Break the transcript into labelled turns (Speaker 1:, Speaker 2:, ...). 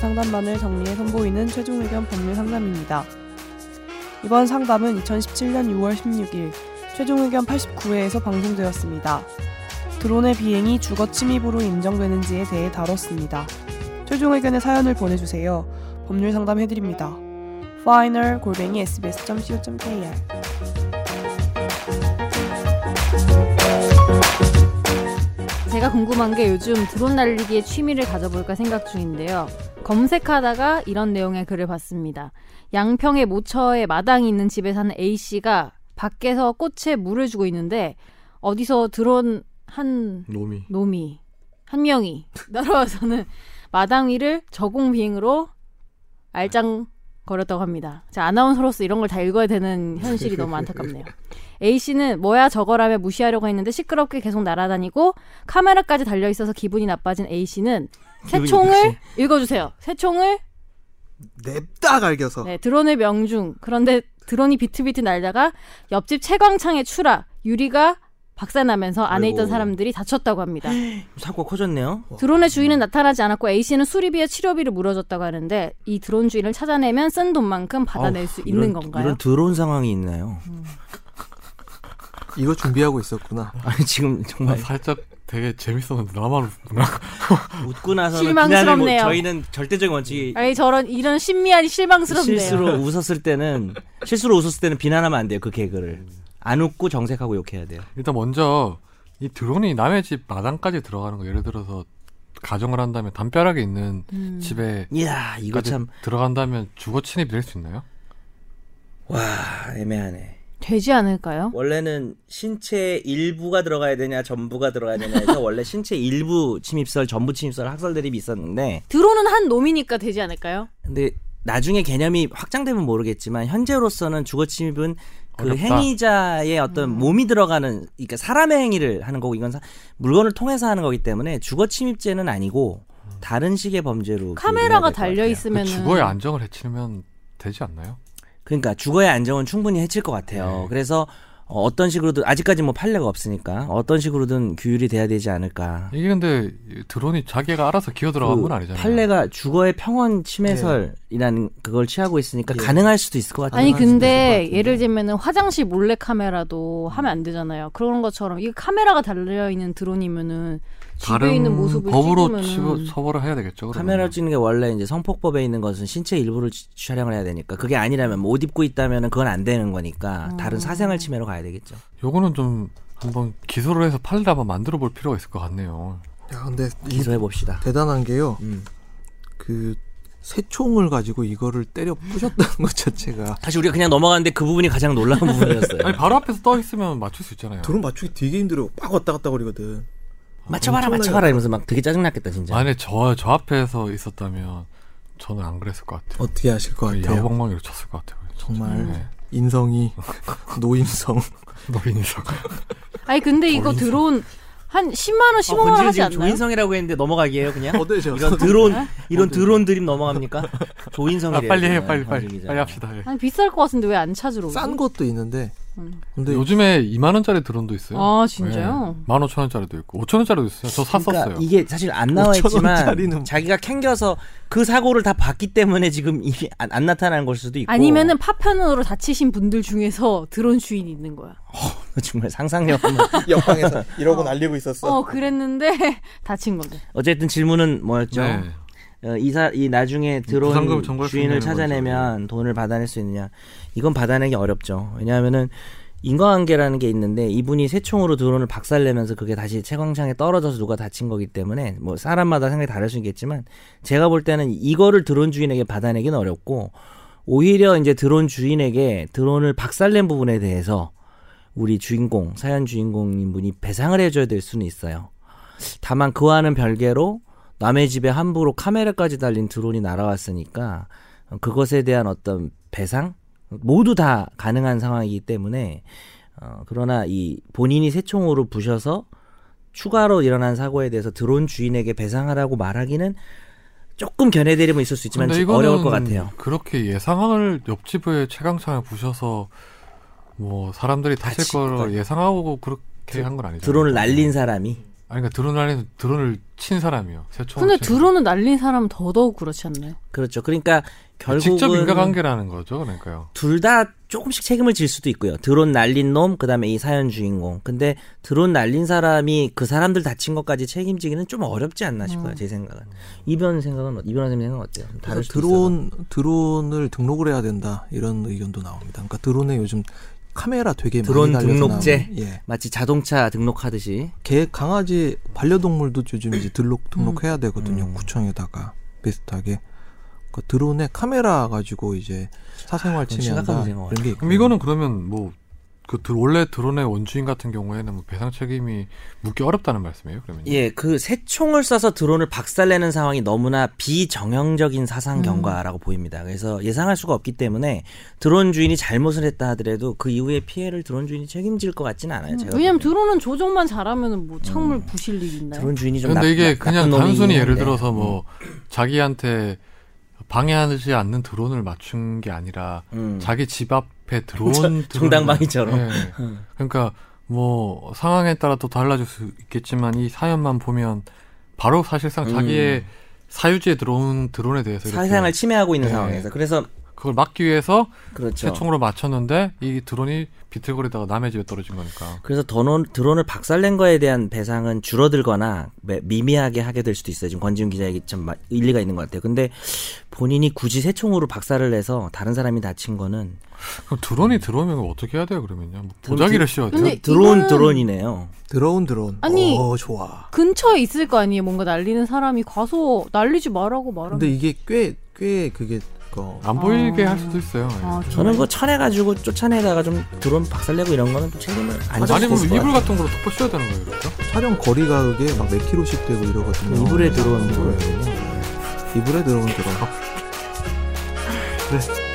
Speaker 1: 현안만을 정리해 선보이는 최종 의견 법률 상담입니다. 이번 상담은 2017년 6월 16일 최종 의견 89회에서 방송되었습니다. 드론의 비행이 주거 침입으로 인정되는지에 대해 다뤘습니다. 최종 의견의 사연을 보내주세요. 법률 상담해드립니다. final 골뱅이 sbs.co.kr
Speaker 2: 제가 궁금한 게 요즘 드론 날리기에 취미를 가져볼까 생각 중인데요. 검색하다가 이런 내용의 글을 봤습니다. 양평의 모처에 마당이 있는 집에 사는 A씨가 밖에서 꽃에 물을 주고 있는데 어디서 드론 한
Speaker 3: 놈이
Speaker 2: 놈이 한 명이 날아와서는 마당 위를 저공 비행으로 알짱 거렸다고 합니다. 자, 아나운서로서 이런 걸 다 읽어야 되는 현실이 너무 안타깝네요. A 씨는 뭐야 저거라며 무시하려고 했는데 시끄럽게 계속 날아다니고 카메라까지 달려 있어서 기분이 나빠진 A 씨는
Speaker 3: 기분이
Speaker 2: 새총을 읽어주세요. 새총을
Speaker 4: 냅다 갈겨서
Speaker 2: 네, 드론을 명중. 그런데 드론이 비트비트 날다가 옆집 채광창에 추락 유리가 박살나면서 안에 있던
Speaker 3: 아이고.
Speaker 2: 사람들이 다쳤다고 합니다.
Speaker 3: 사고가 커졌네요.
Speaker 2: 드론의
Speaker 3: 음.
Speaker 2: 주인은 나타나지 않았고 A 씨는 수리비와 치료비를 물어줬다고 하는데 이 드론 주인을 찾아내면 쓴 돈만큼 받아낼
Speaker 3: 아우,
Speaker 2: 수
Speaker 3: 이런-
Speaker 2: 있는 건가요? 음.
Speaker 3: 이런 드론 상황이 있나요?
Speaker 4: 이거 준비하고 있었구나.
Speaker 3: 아니 지금
Speaker 5: 나
Speaker 3: 정말
Speaker 5: 살짝 되게 재밌었는데 나만 웃구나.
Speaker 3: 웃고 나서는 비난을 못,
Speaker 2: 실망스럽네요.
Speaker 3: 저희는 절대적인 원칙이
Speaker 2: 아니 저런 이런 신미한 실망스럽네요.
Speaker 3: 실수로 웃었을 때는 실수로 웃었을 때는 비난하면 안 돼요 그 개그를 안 웃고 정색하고 욕해야 돼요.
Speaker 5: 일단 먼저 이 드론이 남의 집 마당까지 들어가는 거 예를 들어서 가정을 한다면 담벼락에 있는
Speaker 2: 음.
Speaker 5: 집에
Speaker 3: 이야 이거
Speaker 5: 까지
Speaker 3: 참
Speaker 5: 들어간다면 주거 침입이 될 수 있나요?
Speaker 3: 와 애매하네.
Speaker 2: 되지 않을까요?
Speaker 3: 어. 원래는 신체 일부가 들어가야 되냐 전부가 들어가야 되냐 해서 원래 신체 일부 침입설 전부 침입설 학설 대립이 있었는데
Speaker 2: 드론은 한 놈이니까 되지 않을까요?
Speaker 3: 근데 나중에 개념이 확장되면 모르겠지만 현재로서는 주거 침입은 그
Speaker 5: 어렵다.
Speaker 3: 행위자의 어떤
Speaker 2: 음.
Speaker 3: 몸이 들어가는 그러니까 사람의 행위를 하는 거고 이건 사- 물건을 통해서 하는 거기 때문에 주거 침입죄는 아니고
Speaker 5: 음.
Speaker 3: 다른 식의 범죄로
Speaker 2: 카메라가 달려
Speaker 3: 있
Speaker 2: 있으면
Speaker 5: 그 주거의 안정을 해치면 되지 않나요?
Speaker 3: 그러니까 주거의 안정은 충분히 해칠 것 같아요.
Speaker 5: 네.
Speaker 3: 그래서 어, 어떤 식으로든 아직까지 뭐 판례가 없으니까 어떤 식으로든 규율이 돼야 되지 않을까.
Speaker 5: 이게 근데 이 드론이 자기가 알아서 기어 들어간 건 아니잖아요.
Speaker 3: 그
Speaker 5: 네.
Speaker 3: 판례가 주거의 평원 침해설이라는 그걸 취하고 있으니까
Speaker 4: 예.
Speaker 3: 가능할 수도 있을 것 같아요.
Speaker 2: 아니
Speaker 4: 있을 것
Speaker 2: 근데
Speaker 4: 같은데.
Speaker 2: 예를 들면은 화장실 몰래 카메라도 하면 안 되잖아요. 그런 것처럼 이게 카메라가 달려 있는 드론이면은 집에 있는 모습을
Speaker 5: 법으로
Speaker 2: 찍으면은
Speaker 5: 치부- 처벌을 해야 되겠죠. 그러면.
Speaker 3: 카메라 찍는 게 원래 이제 성폭법에 있는 것은 신체 일부를 치- 촬영을 해야 되니까 그게 아니라면 뭐옷 입고 있다면은 그건 안 되는 거니까 다른 사생활 침해로 가야 되겠죠.
Speaker 5: 요거는 좀 한번 기소를 해서 판례를 한번 만들어 볼 필요가 있을 것 같네요.
Speaker 4: 야, 근데 이
Speaker 3: 기소해 봅시다.
Speaker 4: 대단한 게요.
Speaker 3: 음.
Speaker 4: 그 새총을 가지고 이거를 때려 부셨다는 것 자체가
Speaker 3: 사실 우리가 그냥 넘어가는데 그 부분이 가장 놀라운 부분이었어요.
Speaker 5: 아니 바로 앞에서 떠 있으면 맞출 수 있잖아요.
Speaker 6: 드론 맞추기 되게 힘들어요. 빡 왔다 갔다 거리거든.
Speaker 3: 맞춰봐라, 맞춰봐라 이러면서 막 되게 짜증났겠다 진짜.
Speaker 5: 만약 저저 앞에서 있었다면 저는 안 그랬을 것 같아요.
Speaker 4: 어떻게 하실 것 같아요?
Speaker 5: 야구방망이로 쳤을 것 같아요.
Speaker 4: 정말
Speaker 5: 네.
Speaker 4: 인성이 노인성.
Speaker 5: 노인석.
Speaker 2: 아니 근데 이거 드론 한 10만 원, 15만 원
Speaker 3: 아, 권지윤
Speaker 2: 하지
Speaker 3: 지금
Speaker 2: 않나요?
Speaker 3: 조인성이라고 했는데 넘어가기에요 그냥?
Speaker 4: 어때요?
Speaker 3: 이런 드론 이런 드론 드립 넘어갑니까?
Speaker 5: 아,
Speaker 3: 조인성이래요.
Speaker 5: 빨리 해요,
Speaker 3: 지금,
Speaker 5: 빨리 빨리
Speaker 3: 권지윤
Speaker 5: 빨리
Speaker 3: 기자.
Speaker 5: 합시다. 예.
Speaker 2: 아니 비쌀 것 같은데 왜 안 찾으러 오지?
Speaker 4: 싼 것도 있는데.
Speaker 2: 음.
Speaker 3: 네.
Speaker 4: 근데
Speaker 5: 요즘에 2만 원짜리 드론도 있어요. 네.
Speaker 2: 아 진짜요?
Speaker 5: 1만 5천 원짜리도 있고 5천 원짜리도 있어요. 저 샀었어요.
Speaker 3: 그러니까 이게 사실 안 나와
Speaker 4: 5,000원
Speaker 3: 있지만
Speaker 4: 짜리는
Speaker 3: 자기가 캥겨서 그 사고를 다 봤기 때문에 지금 이게 안, 안 나타난 걸 수도 있고
Speaker 2: 아니면은 파편으로 다치신 분들 중에서 드론 주인이 있는 거야.
Speaker 3: 정말 상상력
Speaker 6: 옆방에서 이러고 날리고 있었어.
Speaker 2: 어 그랬는데 다친 거죠.
Speaker 3: 어쨌든 질문은 뭐였죠?
Speaker 5: 네.
Speaker 3: 어, 이사 이 나중에
Speaker 5: 부상금
Speaker 3: 들어온
Speaker 5: 청구할 수
Speaker 3: 주인을
Speaker 5: 있냐는
Speaker 3: 찾아내면 돈을 받아낼 수 있느냐 이건 받아내기 어렵죠 왜냐하면은 인과관계라는 게 있는데 이분이 새총으로 드론을 박살내면서 그게 다시 채광창에 떨어져서 누가 다친 거기 때문에 뭐 사람마다 생각이 다를 수 있겠지만 제가 볼 때는 이거를 드론 주인에게 받아내기는 어렵고 오히려 이제 드론 주인에게 드론을 박살낸 부분에 대해서 우리 주인공 사연 주인공인 분이 배상을 해줘야 될 수는 있어요. 다만 그와는 별개로 남의 집에 함부로 카메라까지 달린 드론이 날아왔으니까 그것에 대한 어떤 배상 모두 다 가능한 상황이기 때문에 어, 그러나 이 본인이 새총으로 부셔서 추가로 일어난 사고에 대해서 드론 주인에게 배상하라고 말하기는 조금 견해대림은 있을 수 있지만
Speaker 5: 근데
Speaker 3: 지금
Speaker 5: 이거는
Speaker 3: 어려울 것 같아요.
Speaker 5: 그렇게 예상을 옆집에 채광창에 부셔서 뭐 사람들이 다칠
Speaker 3: 다칠
Speaker 5: 걸
Speaker 3: 걸.
Speaker 5: 예상하고 그렇게 한 건 아니죠. 네.
Speaker 3: 드론을 날린 사람이
Speaker 5: 아니 그러니까 드론 안에서 드론을 친 사람이요. 세총.
Speaker 2: 근데 드론을 날린 사람은 더더욱 그렇지 않나요?
Speaker 3: 그렇죠. 그러니까
Speaker 5: 직접
Speaker 3: 결국은
Speaker 5: 인과관계라는 거죠. 그러니까요.
Speaker 3: 둘 다 조금씩 책임을 질 수도 있고요. 드론 날린 놈, 그다음에 이 사연 주인공. 근데 드론 날린 사람이 그 사람들 다친 것까지 책임지기는 좀 어렵지 않나 싶어요. 제 생각은. 이변 생각은 어- 이변 선생님 생각 은 어때요?
Speaker 4: 음.
Speaker 3: 다를
Speaker 4: 그래서
Speaker 3: 수도
Speaker 4: 드론 드론을 등록을 해야 된다 이런 의견도 나옵니다. 그러니까 드론에 요즘 카메라 되게
Speaker 3: 드론
Speaker 4: 많이 달려서
Speaker 3: 등록제?
Speaker 4: 나오는- 예.
Speaker 3: 있어서. 마치 자동차 등록하듯이
Speaker 4: 개 강아지 반려동물도 요즘 이제 등록
Speaker 3: 음.
Speaker 4: 등록해야 되거든요 구청에다가 비슷하게 그 드론에 카메라 가지고 이제 사생활
Speaker 3: 아, 그건
Speaker 4: 침해한다
Speaker 3: 심각한 문제인 것
Speaker 4: 이런 게
Speaker 5: 그럼
Speaker 4: 있고요.
Speaker 5: 이거는 그러면 뭐 그 원래 드론의 원주인 같은 경우에는 뭐 배상 책임이 묻기 어렵다는 말씀이에요. 그러면
Speaker 3: 예, 그 새총을 쏴서 드론을 박살내는 상황이 너무나 비정형적인
Speaker 4: 음.
Speaker 3: 사상 경과라고 보입니다. 그래서 예상할 수가 없기 때문에 드론 주인이 잘못을 했다 하더라도 그 이후에 피해를 드론 주인이 책임질 것 같지는
Speaker 4: 음,
Speaker 3: 않아요. 제가
Speaker 2: 왜냐면
Speaker 3: 보기에는.
Speaker 2: 드론은 조종만 잘하면 뭐 창물 부실 일 있나요?
Speaker 3: 드론 주인이 좀 나-
Speaker 5: 근데 이게
Speaker 3: 나- 나쁜
Speaker 5: 그냥
Speaker 3: 놈이긴
Speaker 5: 단순히 예를
Speaker 3: 한데. 음.
Speaker 5: 들어서 뭐 자기한테 방해하지 않는 드론을 맞춘 게 아니라
Speaker 3: 음.
Speaker 5: 자기 집 앞에 드론 드론을-
Speaker 3: 정당방위처럼. 음.
Speaker 5: 예. 그러니까 뭐 상황에 따라 또 달라질 수 있겠지만 이 사연만 보면 바로 사실상 자기의 사유지에 들어온 드론에 대해서 이렇게
Speaker 3: 음. 사생활 침해하고 있는
Speaker 5: 네.
Speaker 3: 상황에서 그래서
Speaker 5: 그걸 막기 위해서
Speaker 3: 그렇죠.
Speaker 5: 새총으로 맞췄는데 이 드론이 비틀거리다가 남의 집에 떨어진 거니까.
Speaker 3: 그래서 드론, 드론을 박살낸 거에 대한 배상은 줄어들거나 매- 미미하게 하게 될 수도 있어요. 지금 권지훈 기자 얘기 참 마- 일리가 있는 것 같아요. 근데 본인이 굳이 새총으로 박살을 내서 다른 사람이 다친 거는
Speaker 5: 그럼 드론이 들어오면 어떻게 해야 돼요 그러면요? 뭐 보자기를 씌워야 돼요?
Speaker 2: 근데
Speaker 3: 그 드론
Speaker 2: 이거는-
Speaker 3: 드론이네요.
Speaker 4: 드론 드론
Speaker 2: 아니.
Speaker 4: 어 좋아
Speaker 2: 근처에 있을 거 아니에요. 뭔가 날리는 사람이 가서 날리지 말라고 말하면.
Speaker 4: 근데 이게 꽤 꽤 그게 그
Speaker 5: 안 보이게 할 수도 있어요.
Speaker 2: 아,
Speaker 5: 예.
Speaker 3: 저는 그거 쳐내가지고 쫓아내다가 좀 드론 박살내고 이런 거는 또 책임을 안
Speaker 5: 아니
Speaker 3: 질
Speaker 5: 면
Speaker 3: 수 있을
Speaker 5: 이불
Speaker 3: 것 같아요.
Speaker 5: 같은 걸로 덮어 씌워야 되는 거예요, 그렇죠?
Speaker 4: 촬영 거리가 그게 막 몇 킬로씩 되고 이러거든요.
Speaker 3: 이불에 들어오는 거예요.
Speaker 4: 이불에 들어오는 드론. 그래